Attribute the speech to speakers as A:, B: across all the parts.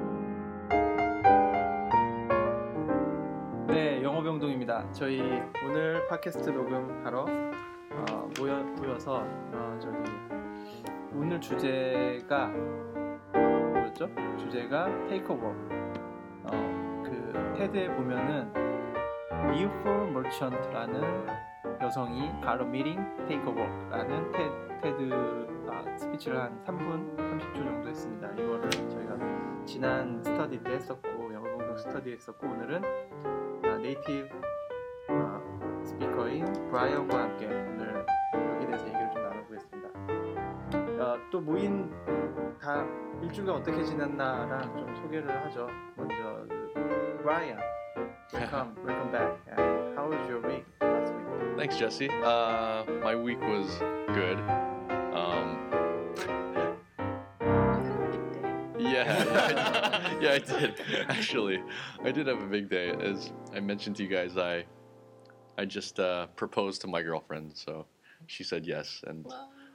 A: 반갑습니다. 네, 저희 오늘 팟캐스트 녹음하러 어, 모여, 모여서 어, 저기 오늘 주제가 뭐였죠? 주제가 테이크오버. 어, 그 테드에 보면은 미우폴 멀천트라는 여성이 바로 미링 테이크오버라는 테, 테드 아, 스피치를 한 3분 30초 정도 했습니다. 이거를 저희가 지난 스터디 때 했었고 영어 공동 스터디 했었고 오늘은 아, 네이티브 아, 스피커인 브라이언과 함께 오늘 여기 대해서 얘기를 좀 나눠보겠습니다. 아, 또 모인 다 일주가 어떻게 지냈나랑 좀 소개를 하죠. 먼저 그 브라이언, welcome, welcome back. And how was your week last week?
B: Thanks, Jesse. Uh, my week was good. Um, yeah, I- yeah, I did. Actually, I did have a big day. As I mentioned to you guys, I I just uh, proposed to my girlfriend, so she said yes, and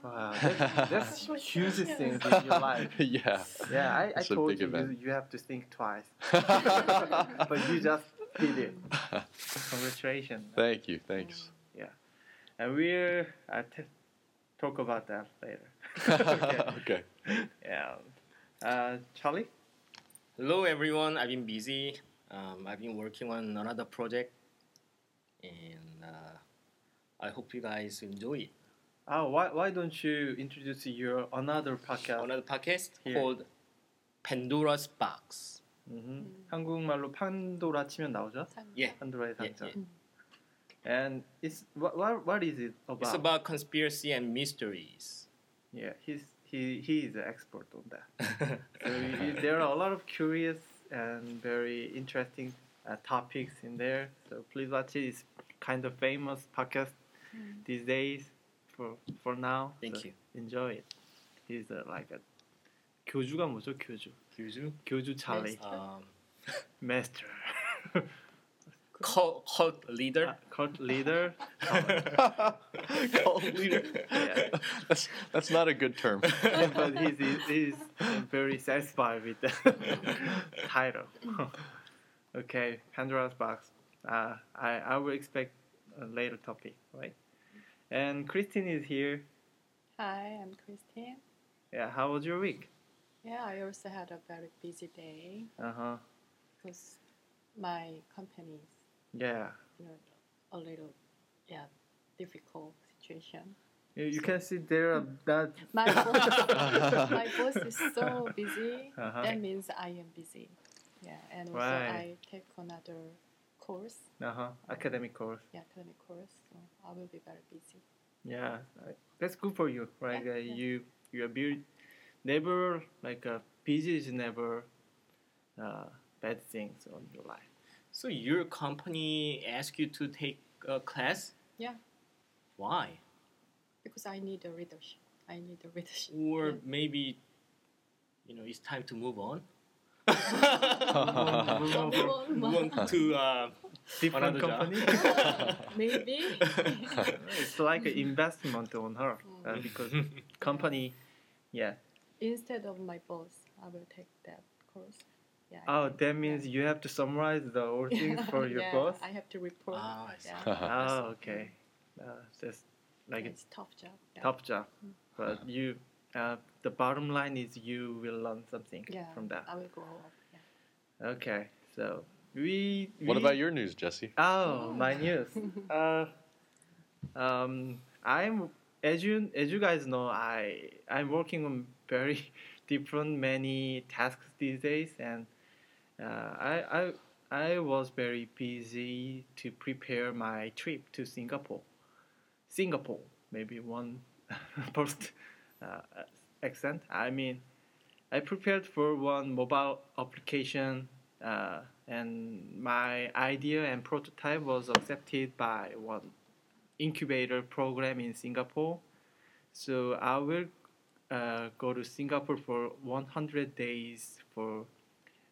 A: Wow, that's, that's the hugest thing in your life.
B: yeah,
A: Yeah, I, I
B: It's a
A: told
B: big
A: you, you
B: event.
A: you have to think twice,
B: thank
A: but you just did it. Congratulations.
B: you, thanks.
A: And we'll uh, t- talk about that later.
B: okay.
A: Yeah. Uh, Charlie?
C: Hello everyone. I've been busy. Um, I've been working on another project, and uh, I hope you guys enjoy it.
A: Oh, why, why don't you introduce your another podcast?
C: Another podcast
A: Here.
C: called Pandora's Box. Mm.
A: 음, Mm-hmm. 한국말로 판도라 치면 나오죠?
C: Yeah,
A: 판도라의
C: yeah,
A: 상자.
C: yeah.
A: And it's what, what what is it about?
C: it's about conspiracy and mysteries.
A: yeah, he's he he is an expert on that. so you- you- there are a lot of curious and very interesting uh, topics in there. So please watch it. It's kind of famous podcast these days for for now.
C: Thank
A: So
C: you.
A: Enjoy it. He's uh, like a 교주가 뭐죠? 교주.
C: Kyuju?
A: 교주 찰리.
C: Um,
A: Master.
C: cult, cult leader.
A: Cult leader.
B: Cult leader.
A: Yeah.
B: That's that's not a good term.
A: but he's, he's, he's very satisfied with the title. okay, Pandora's box. Uh, I, I will expect a later topic, right? And Christine is here.
D: Hi, I'm Christine.
A: Yeah, how was your week?
D: Yeah, I also had a very busy day
A: Uh huh.
D: because my company is
A: Yeah.
D: you know, a little, yeah, difficult situation.
A: You, you can see there are that.
D: My boss, my boss is so busy.
A: Uh-huh.
D: That means I am busy. Yeah, and also
A: Right.
D: I take another course,
A: Uh huh. Academic course.
D: yeah, academic course. So I will be very busy.
A: Yeah, I- that's good for you, right?
D: Yeah,
A: Uh,
D: yeah.
A: You you're bu- never like uh, busy is never uh, bad things on your life.
C: So your company asked you to take a class?
D: Yeah,
C: Why?
D: because I need a readership. I need a readership.
C: Or maybe, you know, it's time to move on. want to uh,
A: different
C: Another
A: company.
D: Maybe.
A: it's like an investment on her uh, because company. Yeah.
D: instead of my boss, I will take that course. Yeah. I
A: Oh,
D: think,
A: that means you have to summarize the whole
D: yeah.
A: thing for your
D: yeah,
A: boss.
D: I have to report.
C: Ah, I see.
D: yeah.
A: Oh, okay. Uh, that's like
D: it's tough job. Mm.
A: a
D: Yeah.
A: top job, but
B: Uh-huh.
A: you. Uh, the bottom line is you will learn something
D: Yeah.
A: from that.
D: I will go up. Yeah.
A: Okay, so we.
B: What
A: we-
B: about your news, Jesse?
A: Oh, my news. uh, um, I'm as you as you guys know, I I'm working on very different many tasks these days, and uh, I I I was very busy to prepare my trip to Singapore. Singapore, maybe one post uh, accent. I mean, I prepared for one mobile application, uh, and my idea and prototype was accepted by one incubator program in Singapore. So I will uh, go to Singapore for 100 days for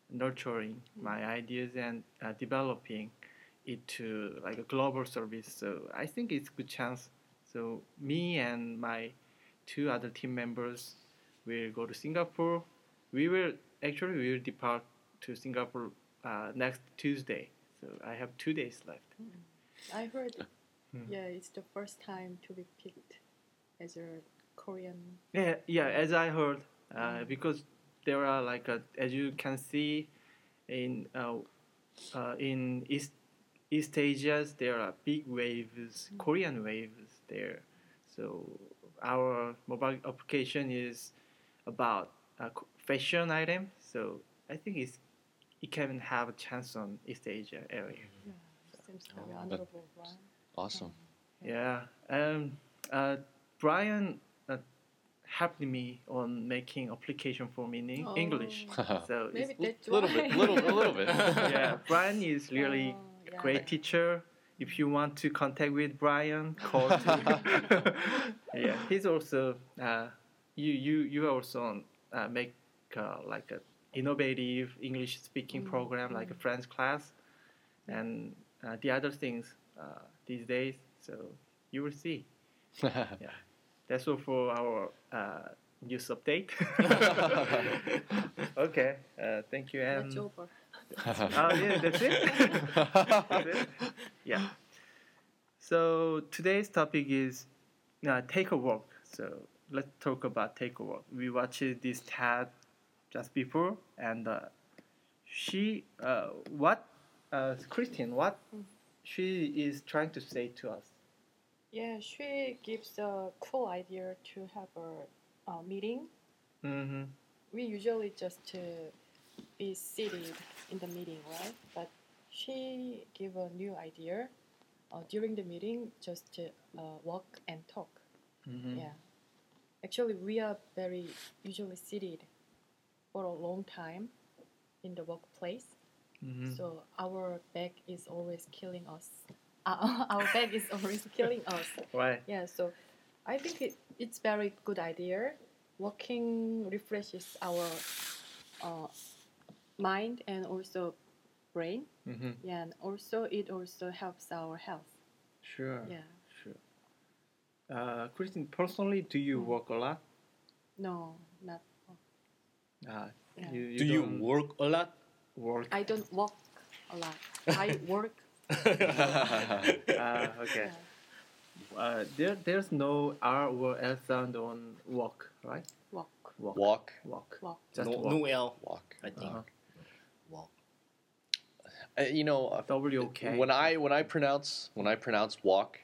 A: nurturing my ideas and uh, developing it to like a global service. So I think it's good chance. So me and my two other team members will go to Singapore. We will actually we will depart to Singapore uh, next Tuesday. So I have two days left.
D: I heard.
A: Hmm.
D: Yeah, it's the first time to be picked as a Korean.
A: Yeah, yeah. As I heard, uh, because there are like a, as you can see, in uh, uh, in East East Asia, there are big waves, Korean waves there. So our mobile application is about a co- fashion item. So I think it's it can have a chance on East Asia area.
D: Yeah, seems very
C: Oh.
D: honorable, right?
B: Awesome.
A: Yeah. Um, uh, Brian uh, helped me on making application for me in Eng-
D: Oh,
A: English. So
D: Maybe
A: it's,
D: that's
B: little
D: why.
B: bit, little, a little bit.
A: yeah, Brian is really
D: Oh,
A: a
D: yeah.
A: great teacher. If you want to contact with Brian, call. to- yeah, he's also uh, you you you also on, uh, make uh, like a innovative English
D: Mm-hmm.
A: speaking program like a French class, and uh, the other things uh, these days. So you will see. That's all for our uh, news update. okay, uh, thank you.
D: That's
A: And
D: over.
A: uh, yeah, that's it. That's it. Yeah. So today's topic is uh, take a walk. So let's talk about take a walk. We watched this TED just before, and uh, she, uh, what, uh, Christine, what
D: Mm.
A: she is trying to say to us.
D: Yeah, she gives a cool idea to have a, uh meeting.
A: Mm-hmm.
D: We usually just uh, be seated in the meeting, right? But she gave a new idea uh, during the meeting, just to uh, walk and talk.
A: Mm-hmm.
D: Yeah. Actually, we are very usually seated for a long time in the workplace.
A: Mm-hmm.
D: So our back is always killing us. Uh, our back is always killing us.
A: Right.
D: Yeah, so I think it, it's very good idea. Walking refreshes our uh, mind and also brain.
A: Mm-hmm.
D: Yeah, and also it also helps our health.
A: Sure.
D: Yeah.
A: Sure. Uh, Christine, personally, do you
D: Mm.
A: work a lot?
D: No, not.
A: Uh,
D: Yeah.
C: Do you
A: don't
C: work a lot?
A: work?
D: I don't walk a lot. I work.
A: Ah, okay.
D: yeah.
A: Uh, there, there's no R or L sound on walk, right?
D: Walk,
A: Walk.
B: walk,
A: Walk.
D: walk.
A: Just
C: no,
A: walk.
C: no L,
B: walk.
C: I think.
A: Uh-huh.
C: Walk.
B: Uh, you know, uh,
A: W K.
B: when I when I pronounce when I pronounce walk,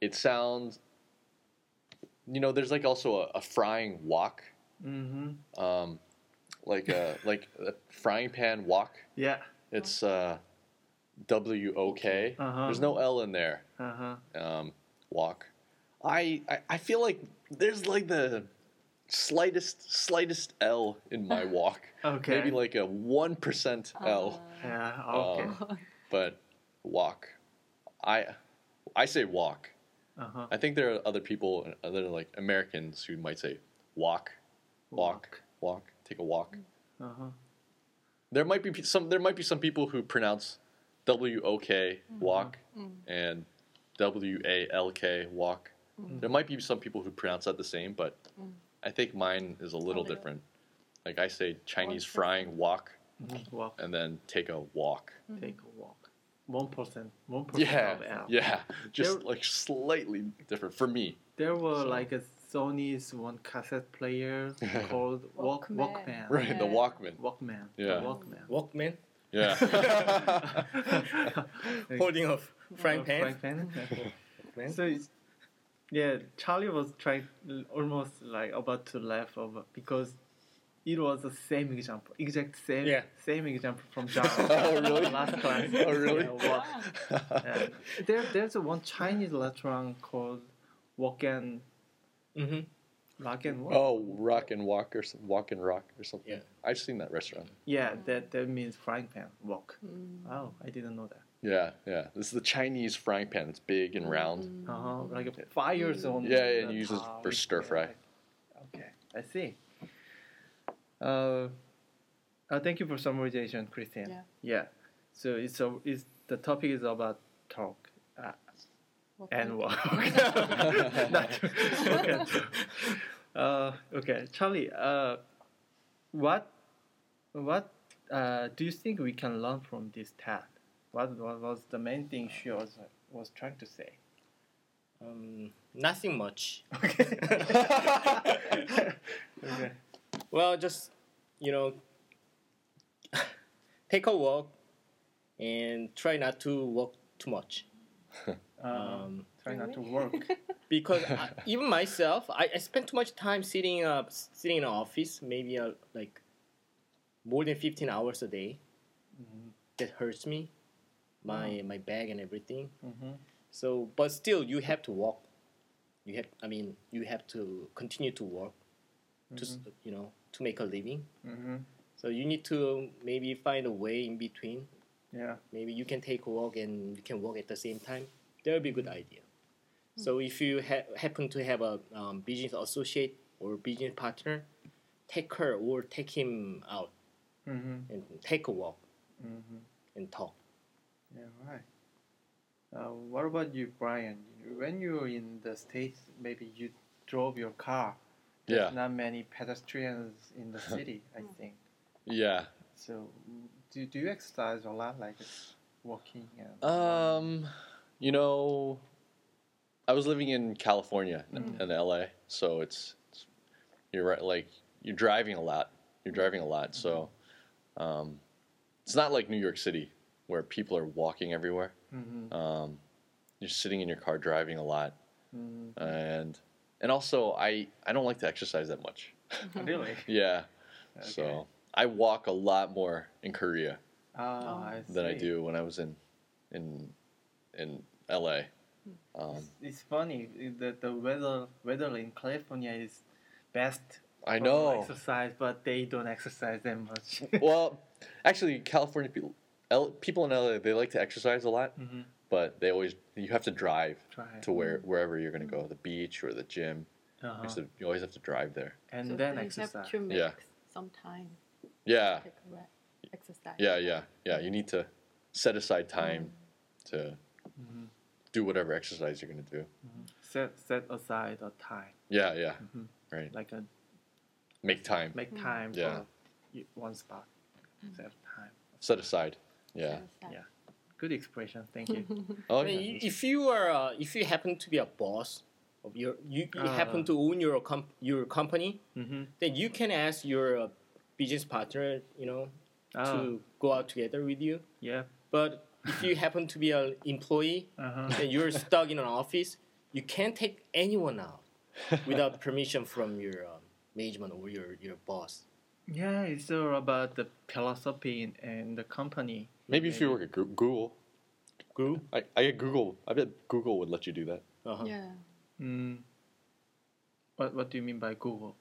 B: it sounds. You know, there's like also a, a frying wok,
A: Mm-hmm.
B: um, like a like a frying pan wok.
A: Yeah.
B: It's uh, W O K.
A: Uh-huh.
B: There's no L in there.
A: Uh huh.
B: um, walk. I, I I feel like there's like the slightest slightest L in my walk.
A: Okay.
B: Maybe like a one percent L, um,
D: Uh,
A: Yeah. Okay.
B: Oh. but walk. I I say walk.
A: Uh huh.
B: I think there are other people, other like Americans, who might say walk, walk, walk, take a walk.
A: Uh huh.
B: There might be pe- some. There might be some people who pronounce W O K walk and W A L K walk. There might be some people who pronounce that the same, but I think mine is a little
D: little.
B: different. Like I say Chinese
D: One percent.
B: frying walk
A: Walk.
B: and then take a walk.
D: Mm-hmm.
A: Take a walk. One percent. One percent
B: Uh-huh. Yeah,
A: of L.
B: yeah, just
A: There-
B: like slightly different for me.
A: There were
B: So-
A: like a Sony's one cassette player called Walk
D: Walkman.
A: Walkman.
B: Right, the
D: Yeah.
B: Walkman.
A: Walkman. the
B: Yeah.
A: Walkman.
C: Walkman,
B: Yeah.
C: holding of frying pan.
A: Oh, Frank Pan.
C: Walkman.
A: so it's, yeah, Charlie was trying almost like about to laugh over because it was the same example, exact same
C: Yeah.
A: same example from John.
B: Oh, really?
A: Last class.
B: Oh, really?
A: Yeah, walk. And there, there's a one Chinese restaurant called Walk and
C: hmm
A: Rock and Walk.
B: oh, rock and walk or some, walk and rock or something.
C: Yeah.
B: I've seen that restaurant.
A: Yeah, that that means frying pan walk.
D: Mm.
A: Oh, I didn't know that.
B: Yeah, yeah. This is the Chinese frying pan. It's big and round.
A: Uh-huh, like a fire zone.
B: Yeah, yeah,
A: on
B: and you use it
A: top.
B: for stir fry.
A: Okay, I see. Uh, uh, thank you for summarization, Christian.
D: Yeah.
A: So it's a, it's the topic is about talk uh,
D: Walk
A: and walk. Not- okay. Uh, okay, Charlie. Uh, what what uh, do you think we can learn from this TED? What, what was the main thing she was was trying to say?
C: Um, nothing much.
A: Okay. okay.
C: Well, just you know, take a walk and try not to walk too much.
A: Um,
C: Um,
A: try not to work.
C: because I, even myself, I, I spend too much time sitting uh, sitting in an office, maybe uh, like more than fifteen hours a day. That hurts me, my my back and everything.
A: hmm
C: So, but still, you have to walk. You have, I mean, you have to continue to work, to s you know, to make a living.
A: hmm
C: So you need to maybe find a way in between.
A: Yeah.
C: Maybe you can take a walk and you can work at the same time. That would be a good idea. So if you ha- happen to have a um, business associate or business partner, take her or take him out
A: hmm
C: and take a walk
A: hmm
C: and talk.
A: Yeah, right. Uh, what about you, Brian? When you were in the States, maybe you drove your car.
B: Yeah.
A: Not many pedestrians in the city, I think.
B: Yeah.
A: So, mm, do, do you exercise a lot, like walking? And
B: Um, you know, I was living in California and and LA, so it's, it's you're right. Like you're driving a lot. You're driving a lot, so um, it's not like New York City where people are walking everywhere.
A: Mhm.
B: Um, you're sitting in your car driving a lot,
A: Mhm.
B: and and also I I don't like to exercise that much.
A: Really?
B: Yeah, so I walk a lot more in Korea
A: Ah, I
B: than I
A: see.
B: do when I was in in in LA. Um,
A: It's funny i- that the weather weather in California is best.
B: I
A: for
B: know.
A: exercise, but they don't exercise that much.
B: well, actually, California people, L, people in LA, they like to exercise a lot,
A: hmm
B: but they always you have to drive
A: Try.
B: to where wherever you're gonna go, the beach or the gym. You,
A: uh
B: have to- you always have to drive there.
A: And
D: so
A: then
D: they
A: exercise.
D: have to make
B: Yeah.
D: some time
B: Yeah,
D: to take a re- exercise.
B: yeah, yeah, yeah. You need to set aside time to
A: Mhm.
B: do whatever exercise you're gonna do.
A: Set set aside a time,
B: Yeah, yeah.
A: Mhm.
B: Right.
A: like a
B: Make time.
D: Mm.
A: make time
B: Yeah.
A: for y- one spot. Set time.
B: set aside. Yeah.
D: Exercise.
A: Good expression. Thank you.
B: Oh,
C: I mean,
B: yeah.
C: i- if you are, uh, if you happen to be a boss of your, you, you happen
A: Ah.
C: to own your comp- your company,
A: mm-hmm.
C: then you can ask your uh, business partner, you know,
A: Oh,
C: to go out together with you.
A: yeah.
C: But if you happen to be an employee
A: Uh-huh.
C: and you're stuck in an office, you can't take anyone out without permission from your um, management or your, your boss.
A: Yeah, it's all about the philosophy and, and the company.
B: Maybe if you work at Goo- Google,
C: Group?
B: I, I get Google. I bet Google would let you do that.
C: Uh-huh.
D: Yeah.
A: Mm. What What do you mean by Google?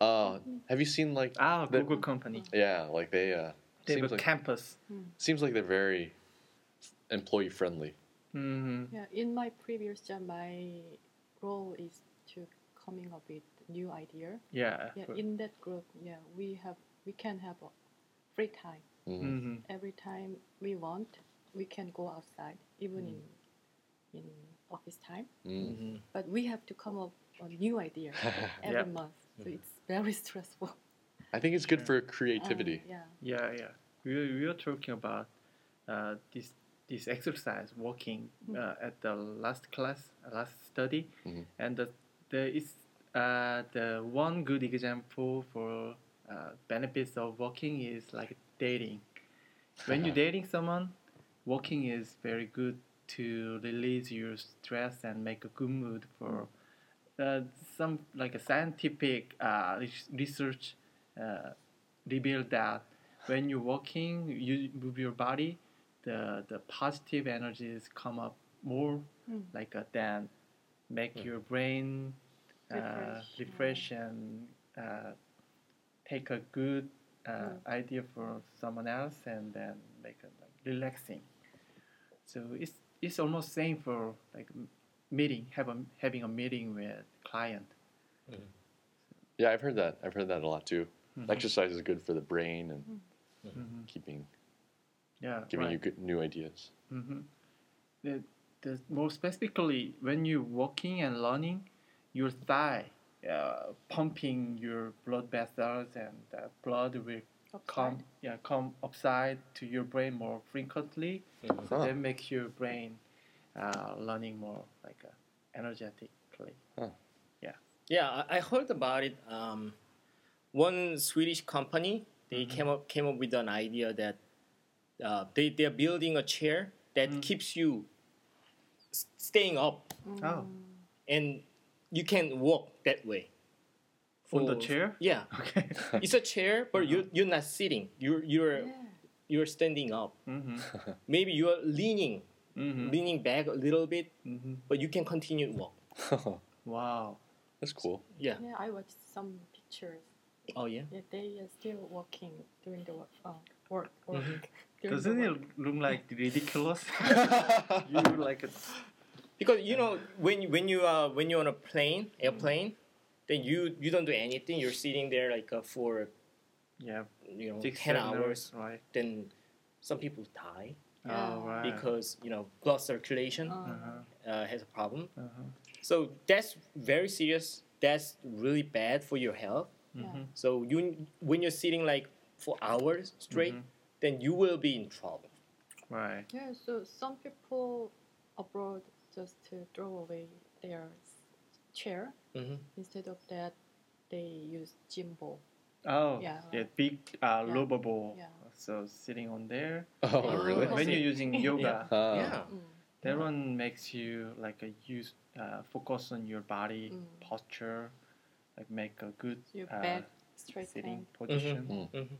B: Uh, have you seen like?
A: Ah,
B: The-
A: Google company.
B: Yeah, like they. Uh,
A: They
B: seems
A: have a
B: like
A: campus.
B: seems like they're very employee friendly.
A: hmm
D: Yeah, in my previous job, my role is to coming up with new idea.
A: Yeah.
D: Yeah, in that group, yeah, we have we can have a free time
B: Mm.
A: hmm
D: every time we want. We can go outside even in in office time,
B: Mm.
D: but we have to come up with a new idea every
A: Yeah.
D: month. So it's very stressful.
B: I think it's good
A: Sure.
B: for
D: Uh,
B: creativity.
D: yeah.
A: Yeah, yeah. We were, we were talking about uh, this this exercise walking uh, at the last class, uh, last study,
B: Mhm.
A: and the the is uh, the one good example for uh, benefits of walking is like dating. When you're dating someone, walking is very good to release your stress and make a good mood for uh, some like a scientific uh, res- research uh, revealed that when you're walking, you move your body, the the positive energies come up more, like uh, then make your brain uh, refresh,
D: Refresh, yeah.
A: and uh, take a good uh, idea for someone else and then make it like, relaxing. So it's it's almost same for like m- meeting, have a, having a meeting with client.
B: Yeah, I've heard that. I've heard that a lot too. Exercise is good for the brain and
C: Mm-hmm.
B: keeping
A: Yeah,
B: giving
A: right.
B: you good new ideas.
A: Mm-hmm. The, the, more specifically, when you're walking and running, your thigh uh, pumping your blood vessels and uh, blood will come yeah come upside to your brain more frequently. So
B: Huh.
A: that makes your brain uh, learning more like uh, energetically.
C: Yeah, I I heard about it. Um, one Swedish company they
A: Mm-hmm.
C: came up came up with an idea that uh, they they are building a chair that
A: Mm.
C: keeps you s- staying up
A: Oh,
C: and you can walk that way.
A: On the chair?
C: Yeah,
A: okay.
C: it's a chair, but you
A: Uh-huh.
C: you're not sitting. You're you're
D: Yeah.
C: you're standing up.
A: mm-hmm.
C: Maybe you are leaning
A: Mm-hmm.
C: leaning back a little bit,
A: Mm-hmm.
C: but you can continue walk.
A: Wow.
B: That's cool.
C: Yeah.
D: Yeah, I watched some pictures.
C: Oh yeah.
D: Yeah, they are still working during the work. Uh, work, work. during the
A: Doesn't it
D: work.
A: look like ridiculous? you like a,
C: Because you know when you- when you uh when you're on a plane, airplane, then you you don't do anything. You're sitting there like uh, for
A: yeah,
C: you know
A: six
C: Oh, ten
A: seven
C: hours.
A: right?
C: Then some people die
D: Yeah.
A: Oh, right.
C: because you know blood circulation
D: Uh,
A: uh-huh,
C: uh, has a problem.
A: uh-huh.
C: So that's very serious. That's really bad for your health.
D: yeah.
C: So you when you're sitting like for hours straight, then you will be in trouble.
A: Right.
D: yeah, so some people abroad just to throw away their chair.
C: hmm
B: Mm-hmm.
D: Instead of that, they use gimbal.
A: Oh, yeah,
D: Yeah.
A: big uh,
D: Yeah.
A: rubber ball.
D: Yeah.
A: So sitting on there.
B: Oh,
D: Yeah.
B: really?
D: Oh.
A: When you're using yoga,
B: Uh,
C: yeah.
D: Mm.
A: that one makes you like a use uh, focus on your body
D: Mm.
A: posture, like make a good
D: Your
A: uh,
D: back straight
A: sitting
D: down.
A: position.
B: Mm.
C: hmm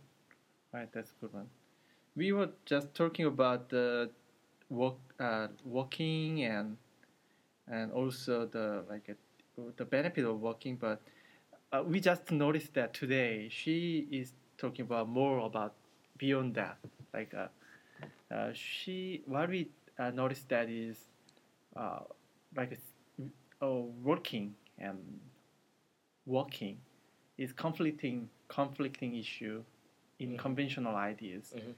A: Right, that's a good one. We were just talking about the walk, uh, walking and and also the like uh, the benefit of walking, but uh, we just noticed that today she is talking about more about beyond that. Like uh, uh, she, what we uh, noticed that is uh, like uh, working and walking is conflicting conflicting issue in conventional ideas.
C: Mhm.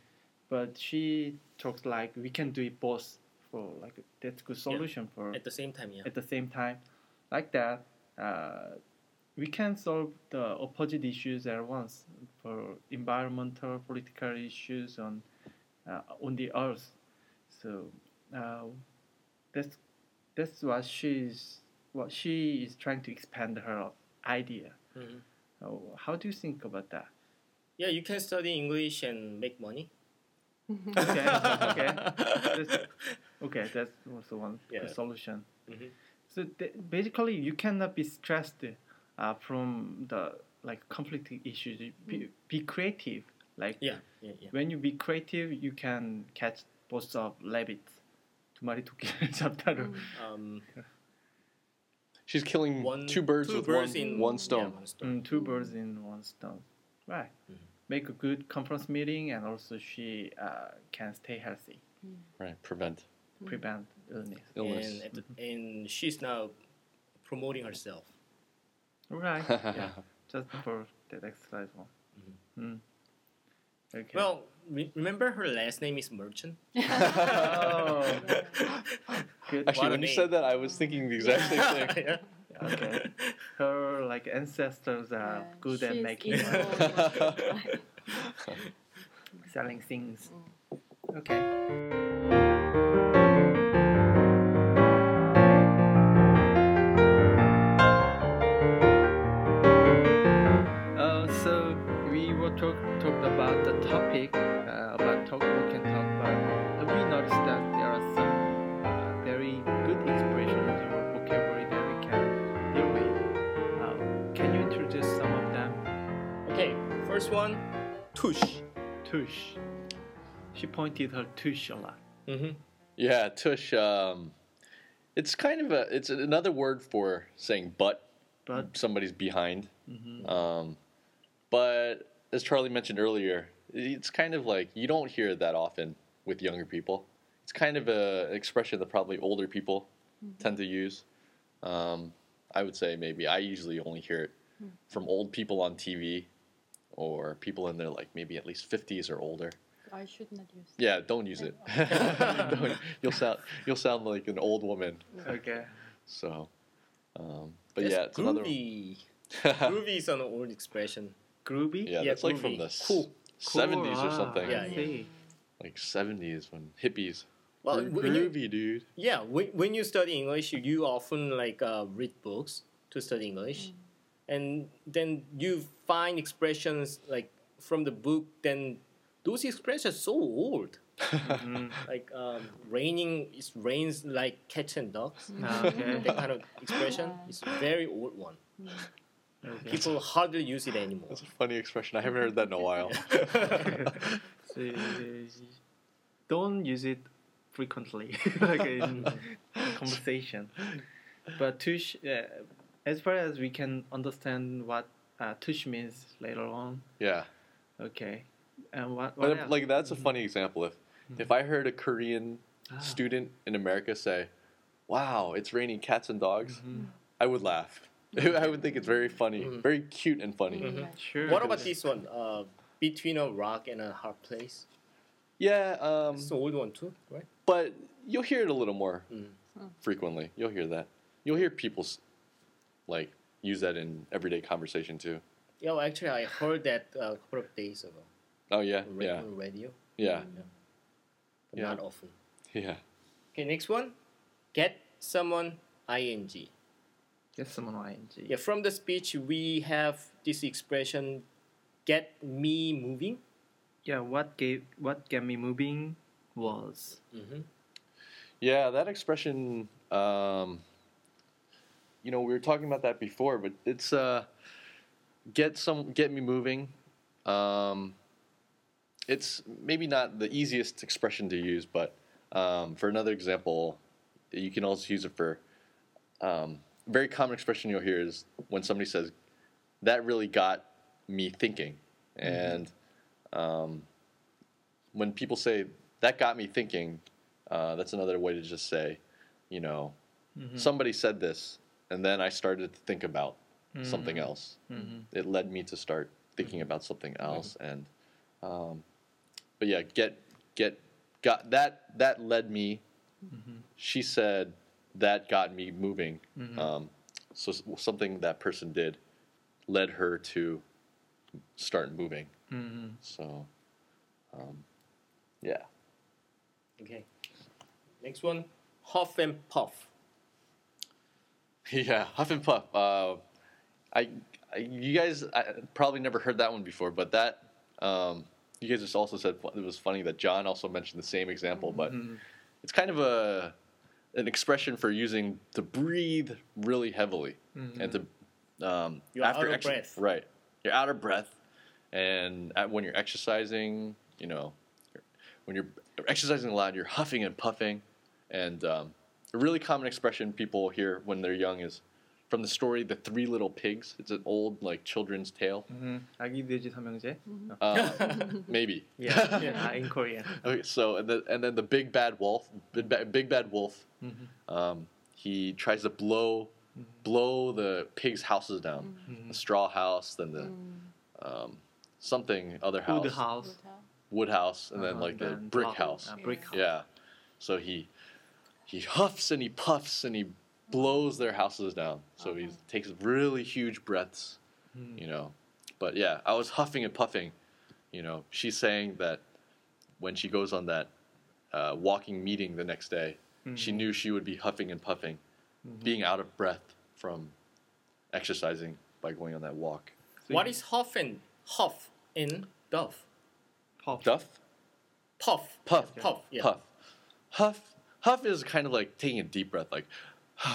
A: But she talks like we can do it both for like that's good solution for
C: At the same time, yeah.
A: at the same time. Like that, uh, we can solve the opposite issues at once for environmental, political issues on uh, on the earth. So uh, that's that's what she's what she is trying to expand her idea.
C: Mhm.
A: Oh, how do you think about that?
C: Yeah, you can study English and make money.
A: Okay, okay. That's- Okay, that's also one
C: Yeah.
A: solution.
C: Mhm.
A: So th- basically, you cannot be stressed uh, from the like conflicting issues. You Be, be creative. Like
C: Mm-hmm. Yeah, yeah, yeah.
A: when you be creative, you can catch both of rabbits. 두 마리 토끼를 잡다를.
C: Um,
B: She's killing
C: one,
B: Mm. two birds
C: two
B: with
C: birds
B: one,
C: in
B: one
C: Yeah,
B: stone.
C: one stone.
A: Mm, two birds in one stone. Right.
C: Mm-hmm.
A: Make a good conference meeting, and also she uh, can stay healthy,
B: Right, prevent
A: prevent illness.
B: illness. Mm-hmm.
C: And, at the, and she's now promoting herself.
A: Right. yeah. Just for that exercise one. Mm. Okay.
C: Well, re- remember her last name is Merchant?
A: Oh, good.
B: Actually,
C: What a
B: when you
C: name.
B: said that, I was thinking the exact same thing.
C: yeah.
A: Okay. Her like ancestors are
D: Yeah,
A: good at
D: she's
A: making
D: evil.
A: selling things. Okay. Uh, so we were talk talked about the topic uh, about talk walk and talk, but we noticed that there are some uh, very good expressions or vocabulary that we can deal with. Uh, can you introduce some of them?
C: Okay, first one, Tush.
A: Tush. She pointed her tush a lot.
C: Mm-hmm.
B: Yeah, tush. Um, it's kind of a it's another word for saying butt.
A: But
B: Somebody's behind. Um, but as Charlie mentioned earlier, it's kind of like you don't hear it that often with younger people. It's kind of a an expression that probably older people tend to use. Um, I would say maybe I usually only hear it from old people on TV or people in their like maybe at least 50s or older.
D: I should not use.
B: Yeah, don't use it. Don't- you'll sound you'll sound like an old woman.
A: okay.
B: So, um, but yeah, it's another.
C: groovy.
B: yeah,
C: groovy is an old expression.
A: Groovy.
B: that's like from
C: groovy.
B: the s-
C: Cool.
B: 70s
A: Cool,
B: or
A: ah,
B: something.
A: I
C: Yeah.
A: see.
B: Like 70s when hippies
C: Well,
B: Gro-
C: when you,
B: groovy, dude.
C: yeah, when, when you study English, you often like uh, read books to study English, and then you find expressions like from the book. Then those expressions are so old, like um, raining. It rains like cats and dogs.
A: Ah, okay.
C: That kind of expression It's very old one.
A: okay.
C: People hardly use it anymore.
B: That's a funny expression. I haven't heard that in a while.
A: So, uh, don't use it frequently, like in conversation. But tush, uh, as far as we can understand what uh, tush means later on,
B: yeah.
A: okay. And what?
B: But
A: what
B: if-
A: else?
B: like that's a funny example. If if I heard a Korean
A: Ah.
B: student in America say, "Wow, it's raining cats and dogs," I would laugh. I would think it's very funny, very cute and funny.
D: Mm-hmm.
A: sure.
C: What about this one? Uh, between a rock and a hard place.
B: Mm. Yeah, um,
C: It's an old one too, right?
B: but you'll hear it a little more frequently. You'll hear that. You'll hear people s- like use that in everyday conversation too.
C: Yeah, well, actually, I heard that uh, a couple of days ago
B: Oh yeah,
C: on ra-
B: yeah,
C: on radio,
B: yeah,
C: but
B: Yeah.
C: not often.
B: yeah.
C: Okay, next one. Get someone ing.
A: Get someone ing.
C: Yeah, from the speech we have this expression, get me moving.
A: Yeah. What gave what get me moving was
B: Yeah, that expression. Um, you know, we were talking about that before, but it's uh, get some, get me moving. Um, it's maybe not the easiest expression to use, but um, for another example, you can also use it for. Um, very common expression you'll hear is when somebody says, "That really got me thinking," and when people say that got me thinking, uh, that's another way to just say, you know, somebody said this, and then I started to think about something else. It led me to start thinking about something else, and um, but yeah, get get got that that led me. She said that got me moving. Um, so s- something that person did led her to start moving. So yeah.
C: Okay. Next one, huff and puff.
B: Yeah, Huff and Puff. Uh, I, I, you guys I, probably never heard that one before, but that um, you guys just also said it was funny that John also mentioned the same example, but it's kind of a an expression for using to breathe really heavily and to um,
C: You're out of
B: ex-
C: breath.
B: Right, you're out of breath, and at, when you're exercising, you know, you're- when you're exercising a lot, you're huffing and puffing, and um, a really common expression people hear when they're young is from the story "The Three Little Pigs." It's an old like children's tale, Um,
A: 음, 아기 돼지 삼형제.
B: Mm-hmm. maybe.
A: Yeah. yeah. In Korean.
B: Okay, so and then and then the big bad wolf, big bad, big bad wolf,
A: Mm-hmm.
B: um, he tries to blow blow the pigs' houses down,
A: Mm-hmm.
B: the straw house, then the um, something other house,
A: Food house.
B: wood house, and then
A: uh,
B: like the
A: then
B: brick
A: block-
B: house.
A: uh, brick house.
B: Yeah, so he he huffs and he puffs and he blows their houses down. So he takes really huge breaths, you know. But yeah, I was huffing and puffing. You know, she's saying that when she goes on that uh, walking meeting the next day, she knew she would be huffing and puffing, being out of breath from exercising by going on that walk.
C: What is huff and huff and duff?
A: Pop.
B: Duff,
C: Puff.
B: puff,
C: Puff. Yeah.
B: puff, huff. Huff is kind of like taking a deep breath, like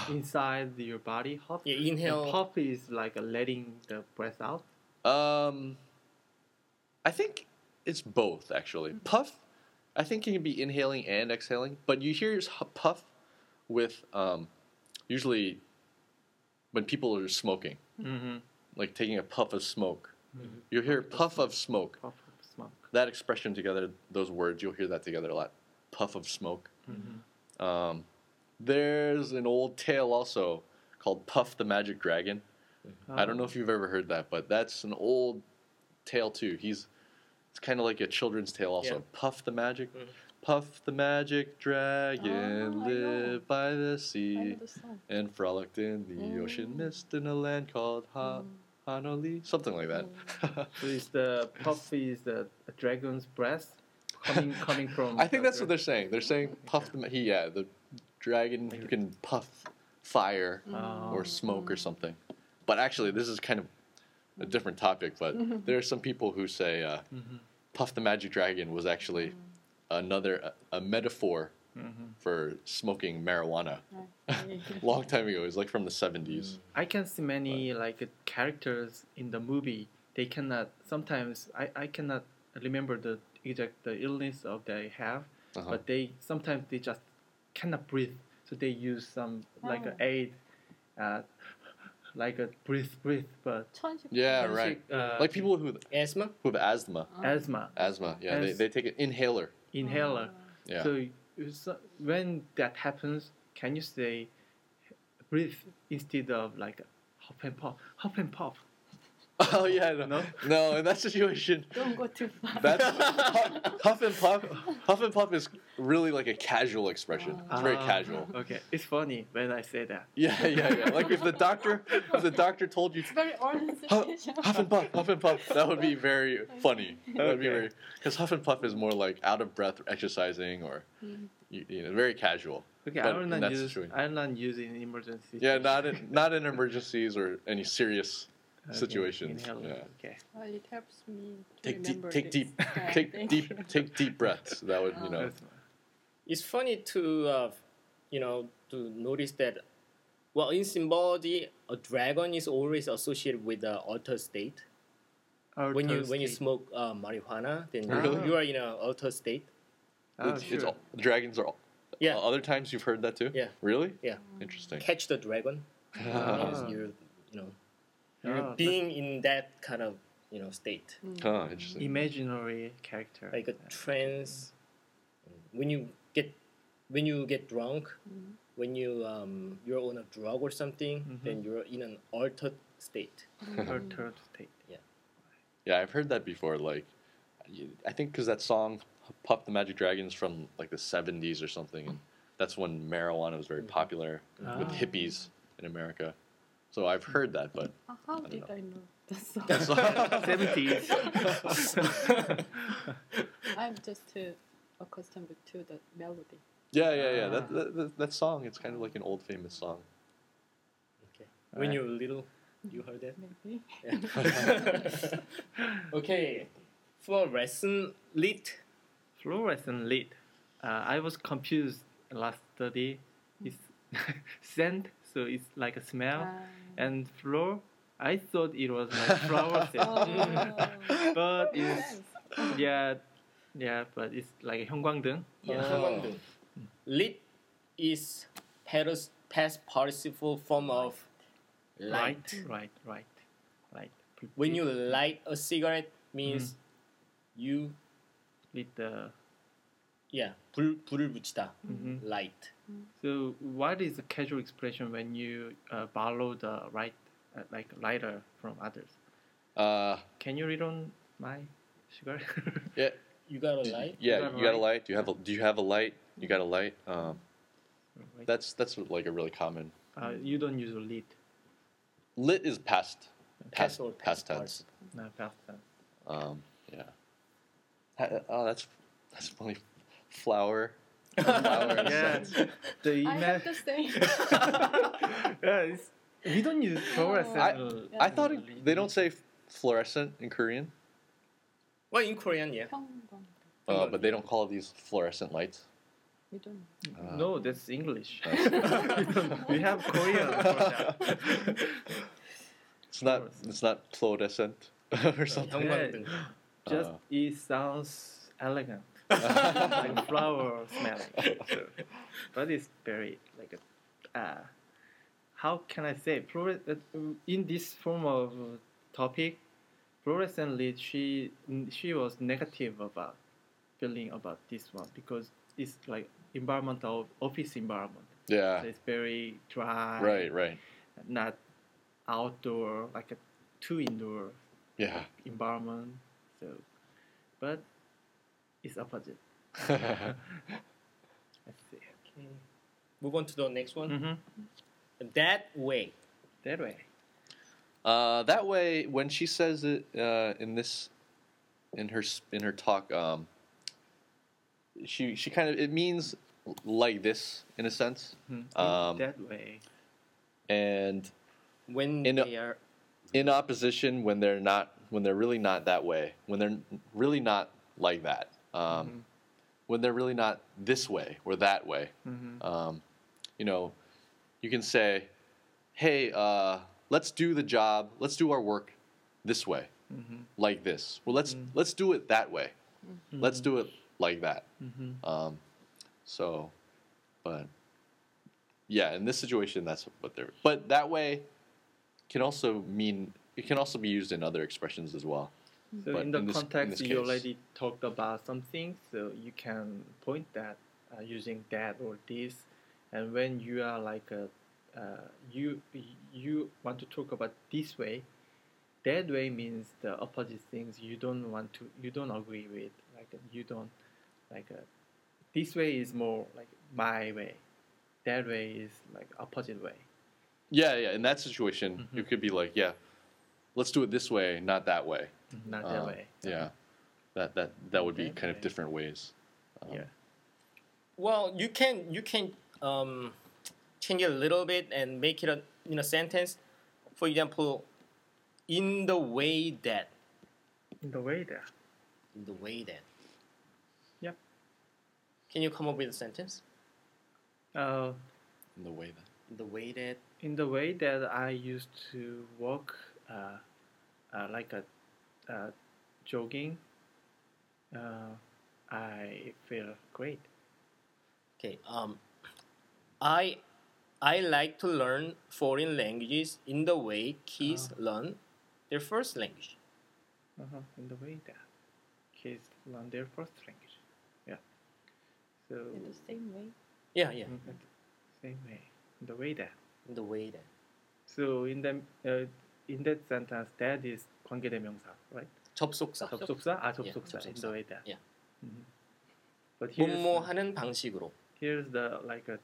A: Inside your body, hop.
C: Yeah, inhale.
A: And pop is like letting the breath out.
B: Um, I think it's both actually. Puff, I think you can be inhaling and exhaling, but you hear s- puff with um, usually when people are smoking,
A: Mhm.
B: like taking a puff of smoke. You hear Mm-hmm. puff of smoke.
A: Pop of smoke.
B: That expression together, those words, you'll hear that together a lot. Puff of smoke. Um, there's an old tale also called Puff the Magic Dragon. I don't know if you've ever heard that, but that's an old tale too. He's it's kind of like a children's tale also.
C: Yeah.
B: Puff the magic, Puff the magic dragon
D: Ah, I know.
B: lived by the
D: I know
B: sea
D: the Mm. song.
B: and frolicked in the ocean mist in a land called ha-
D: Mm.
B: Hanoli, something like that.
A: So it's the puff is the dragon's breath, coming coming from.
B: I think that's what
A: Tucker.
B: they're saying. They're saying puff the he yeah the dragon who can puff fire
A: Oh.
B: or smoke or something. But actually, this is kind of a different topic. But there are some people who say uh,
A: Mm-hmm.
B: puff the magic dragon was actually another uh, a, a metaphor
A: Mm-hmm.
B: for smoking marijuana. Long time ago, it was like from the seventies.
A: I can see many like characters in the movie. They cannot sometimes I, I cannot remember the exact the illness of they have,
B: Uh-huh.
A: but they sometimes they just cannot breathe. So they use some like a
E: Oh.
A: aid, uh, like a breathe breathe, but
E: 천식.
B: Yeah, right.
A: uh,
B: Like people who
C: asthma.
B: who have asthma,
A: asthma
B: asthma. Yeah,
A: As-
B: they, they take an inhaler.
A: inhaler.
B: Yeah.
A: So you- so when that happens, can you say breathe instead of like hop and pop, hop and pop?
B: oh yeah, no, no.
A: No?
B: in that situation,
E: Don't go too far.
B: That's Huff, Huff and Puff. Huff and Puff is really like a casual expression. It's very
A: Ah,
B: casual.
A: Okay, it's funny when I say that.
B: Yeah, yeah, yeah. Like if the doctor, if the doctor told you
E: It's very orange
B: Huff,
E: situation.
B: Huff and Puff, Huff and Puff, that would be very funny. That would be
A: Okay.
B: very because Huff and Puff is more like out of breath exercising or you, you know very casual.
A: Okay,
B: But
A: I will
B: in
A: not
B: that
A: use.
B: situation-
A: I will not use in emergency.
B: Yeah, not in not in emergencies or any serious
A: Okay,
B: situations.
A: inhale.
B: Yeah.
A: Okay.
E: Well, it helps me to
B: Take deep,
E: remember
B: take
E: this.
B: deep,
E: Yeah,
B: take
E: thank you.
B: deep, take deep breaths. That would you know.
A: That's fine.
C: It's funny to, uh, you know, to notice that, well, in symbology, a dragon is always associated with the altered state.
A: Our
C: when you
A: third
C: when you
A: state.
C: smoke uh, marijuana, then
B: Really?
C: you- you are in an altered state.
A: Ah,
B: it's, it's
A: sure.
B: all, dragons are all,
C: Yeah,
A: Oh,
B: Uh, other times you've heard that too?
C: Yeah.
B: Really?
C: yeah.
B: Interesting.
C: Catch the dragon.
A: Ah.
C: Is you you know,
A: Ah,
C: you're
A: that's
C: being in that kind of you know state,
B: Huh, interesting.
A: imaginary character.
C: like a trance. When you get when you get drunk, when you um, you're on a drug or something,
A: Mm-hmm.
C: then you're in an altered state.
A: Our third state.
B: Yeah, I've heard that before. Like, you- I think because that song "Puff the Magic Dragons" from like the '70s or something, and that's when marijuana was very
C: Mm-hmm.
B: popular with
A: Ah.
B: hippies in America. So I've heard that, but
E: Uh, How
B: don't
E: did
B: know.
E: I know that song?
A: Seventies.
E: I'm just too accustomed to the melody.
B: yeah, yeah,
A: Ah.
B: yeah. That, that, that that song, it's kind of like an old famous song.
C: Okay. When
A: Alright.
C: you were little, you heard that.
E: Maybe.
C: okay, fluorescent lit.
A: Fluorescent lit. Uh, I was confused last study. It's scent, so it's like a smell, and floor. I thought it was like flower scent,
E: Oh,
A: but it's
E: nice.
A: yeah, yeah, but it's like a 형광등.
C: Yeah.
B: Oh.
C: 형광등. Uh, Lit is past, past participle form of light.
A: Right, right, right, right.
C: When you light a cigarette means you
A: lit the
C: yeah 불 불을 붙이다
A: Mhm.
C: light.
A: So what is a casual expression when you uh, borrow the right, uh, like lighter from others?
B: Uh,
A: Can you read on my cigarette?
B: yeah,
C: You got a light.
A: You
B: yeah.
A: have a
B: You got a
A: light?
B: light? Do you have a Do you have a light? You got a light? Um,
A: Right.
B: that's that's like a really common
A: uh, you don't use a lit,
B: lit is past past
C: Past or
B: past
C: past
B: tense.
A: not past tense.
B: Um, yeah. Ha- Oh, that's that's funny. Flower. flower
A: Yeah,
B: scent.
A: the
E: I
A: email.
E: have to say,
A: yeah, it's, we don't use
E: Oh.
A: fluorescent.
E: Yeah.
B: I thought it, they don't say fluorescent in Korean,
C: Well, in Korean, yeah.
E: 평범.
B: uh, but they don't call these fluorescent lights.
E: We don't.
A: no, that's English. we have Korean for that.
B: It's not it's not fluorescent or something.
C: 형광등.
A: Just
B: Uh.
A: it sounds elegant, like flower smelling. So, but it's very like a, uh, how can I say fluores- uh, in this form of topic, fluorescent lead. She she was negative about feeling about this one because it's like environment of office environment.
B: Yeah.
A: So it's very dry,
B: Ah. Right. Right.
A: Not outdoor, like a too indoor
B: Yeah.
A: environment. So, but it's opposite. Let's see.
C: Move on to the next one.
A: Mhm.
C: That way.
A: That way.
B: Uh, that way, when she says it uh, in this, in her s- in her talk, um, she she kind of it means like this in a sense,
A: In
B: um,
A: that way.
B: and
C: when
B: In a-
C: they are
B: in opposition when they're not when they're really not that way when they're really not like that um, when they're really not this way or that way
A: Mm-hmm.
B: um, you know you can say hey uh, let's do the job let's do our work this way like this well let's let's do it that way let's do it like that um, so but yeah in this situation that's what they're but that way can also mean it can also be used in other expressions as well.
A: So
B: But
A: in the
B: in this- in
A: context,
B: this
A: you
B: case-
A: already talked about something, so you can point that uh, using that or this, and when you are like a, uh, you you want to talk about this way, that way means the opposite things you don't want to you don't agree with like you don't like uh, this way is more like my way, that way is like opposite way.
B: Yeah, yeah. In that situation, it could be like, yeah, let's do it this way, not that way.
A: Not that
B: Uh,
A: way.
B: Yeah, that that that would be
A: That
B: kind
A: way.
B: of different ways. ah.
A: Yeah.
C: well you can you can um, change it a little bit and make it a, in a sentence for example in the way that
A: In the way there.
C: in the way that
A: Yep.
C: can you come up with a sentence
A: Uh,
B: In the way that.
C: in the way that
A: in the way that I used to walk, uh, uh, like a uh, jogging, uh, I feel great.
C: okay um i i like to learn foreign languages in the way kids
A: Ah.
C: learn their first language
A: Uh-huh. In the way that kids learn their first language, yeah. So
E: In the same way.
C: yeah yeah
A: mm, like, same way, in the way that.
C: in the way that
A: So in the uh, in that sentence, that is 관계대명사, right?
C: 접속사
A: 접속사, 아
C: Yeah,
A: 접속사, in
C: 접속사.
A: the way that.
C: Yeah.
A: Mhm. But here's
C: 뭐뭐하는 방식으로
A: here's the like a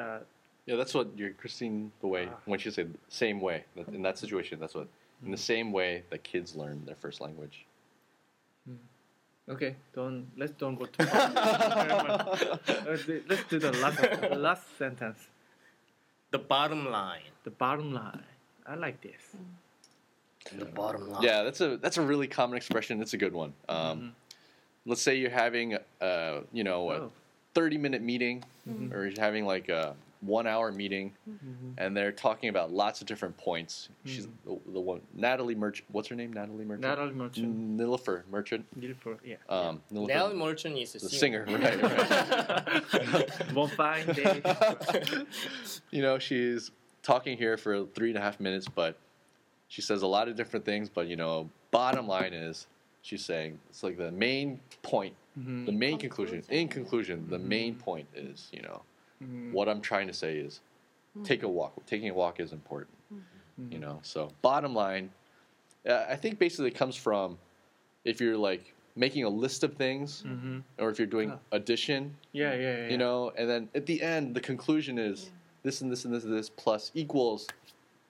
A: uh,
B: Yeah, that's what your Christine the way
A: Ah.
B: when she said same way that, in that situation. That's what in the same way that kids learn their first language.
A: Okay, don't let's don't go too far. Uh, the- let's do the last the last sentence.
C: the bottom line
A: The bottom line. I like this.
C: the bottom line
B: Yeah, that's a that's a really common expression. It's a good one. Um, Let's say you're having, uh, you know, a
A: Oh. Mm-hmm.
B: 30 minute meeting, or you're having like a one hour meeting,
C: Mm-hmm.
B: and they're talking about lots of different points. She's the, the one, Natalie Merchant. What's her name? Natalie Merchant.
A: Mm-hmm. Natalie Merchant.
B: Nilifer Merchant.
A: Beautiful. Yeah.
B: Um, Nilifer-
C: Nell Morton is a
B: the
C: singer.
B: singer, right? right.
A: One fine day.
B: you know, she's talking here for three and a half minutes, but she says a lot of different things. But you know, bottom line is she's saying it's like the main point, the main conclusion. In conclusion, the main point is you know what I'm trying to say is take a walk. Taking a walk is important. You know, so bottom line, uh, I think basically it comes from if you're like making a list of things, or if you're doing
A: Ah.
B: addition,
A: Mm. Yeah, yeah, yeah.
B: you know and then at the end the conclusion is this and this and this and this plus equals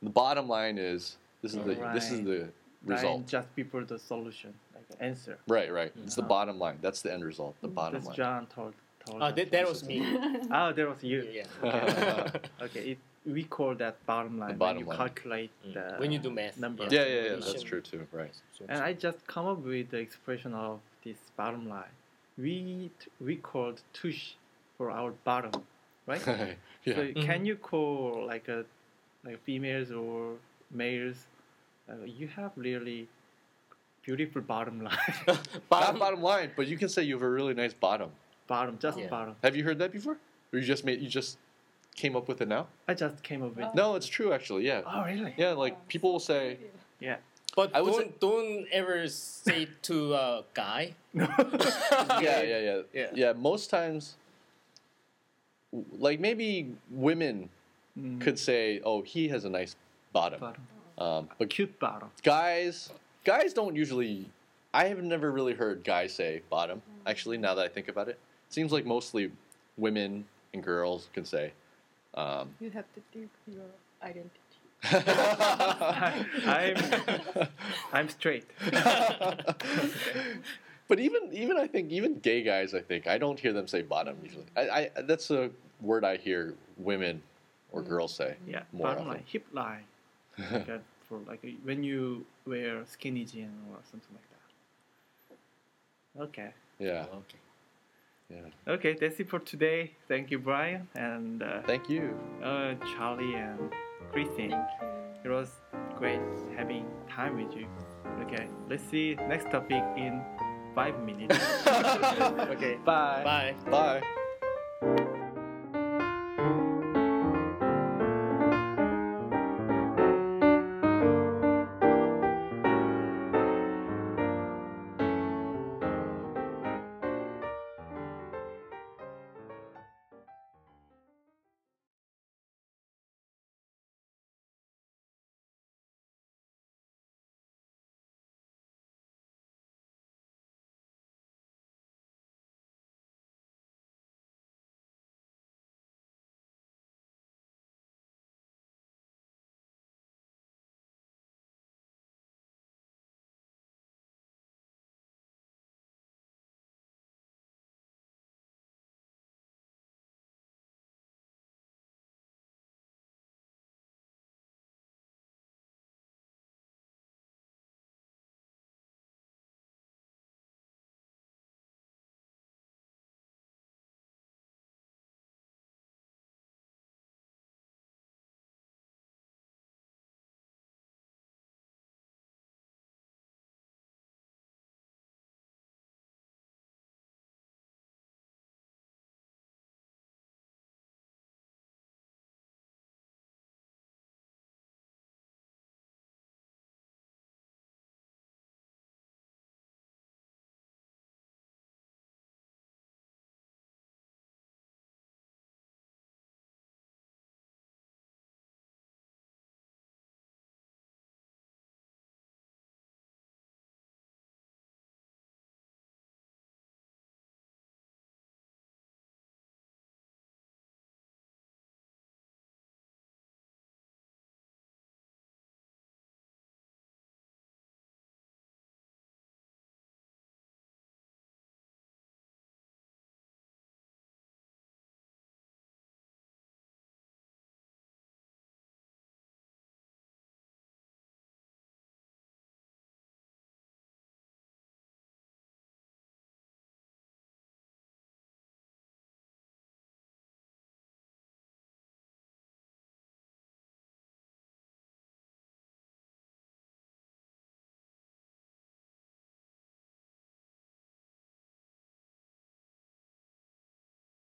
B: the bottom line is this is the this is
A: Right.
B: the
A: Right,
B: result
A: just before the solution, like the answer.
B: right right it's the bottom line that's the end result the bottom
A: Uh-huh. Mm, That's
B: line
A: John told. told
C: Oh,
A: us.
C: that, that was me.
A: Ah, that was you.
C: Yeah.
A: Okay, it, we call that bottom line
B: bottom
A: when you
B: line.
A: calculate the
C: Mm. When you do math.
A: number.
B: yeah yeah yeah that's
C: Addition.
B: true too right
A: And I just come up with the expression of this bottom line. We t- we called tush for our bottom, right?
B: yeah
A: So can you call like a like females or males? Uh, you have really beautiful bottom line,
B: not bottom line but you can say you have a really nice bottom
A: bottom just
C: Yeah.
A: bottom.
B: have you heard that before or you just made you just came up with it now
A: I just came up with.
B: no it's true actually yeah
A: Oh really?
B: yeah like people will say
A: Yeah.
C: But
B: I would
C: don't, don't ever say to a guy.
B: yeah, yeah, yeah,
C: Yeah.
B: yeah. most times, w- like maybe women could say, "Oh, he has a nice bottom,"
A: Bottom.
B: Um, but
A: Cute bottom.
B: guys, guys don't usually. I have never really heard guys say bottom. Actually, now that I think about it, seems like mostly women and girls can say. Um,
E: You have to think your identity.
A: I'm I'm straight.
B: But even even I think even gay guys I think I don't hear them say bottom usually. I, I that's a word I hear women or girls say.
A: Yeah,
B: More
A: bottom
B: often.
A: line, hip line. like that for like uh, when you wear skinny jean or something like that. Oh, Okay.
B: Yeah.
C: Okay.
B: Yeah.
A: Okay, that's it for today. Thank you, Brian and uh,
B: Thank you.
A: uh, Charlie and Christine. It was great having time with you. Okay, let's see next topic in five minutes. okay,
C: Bye.
B: Bye.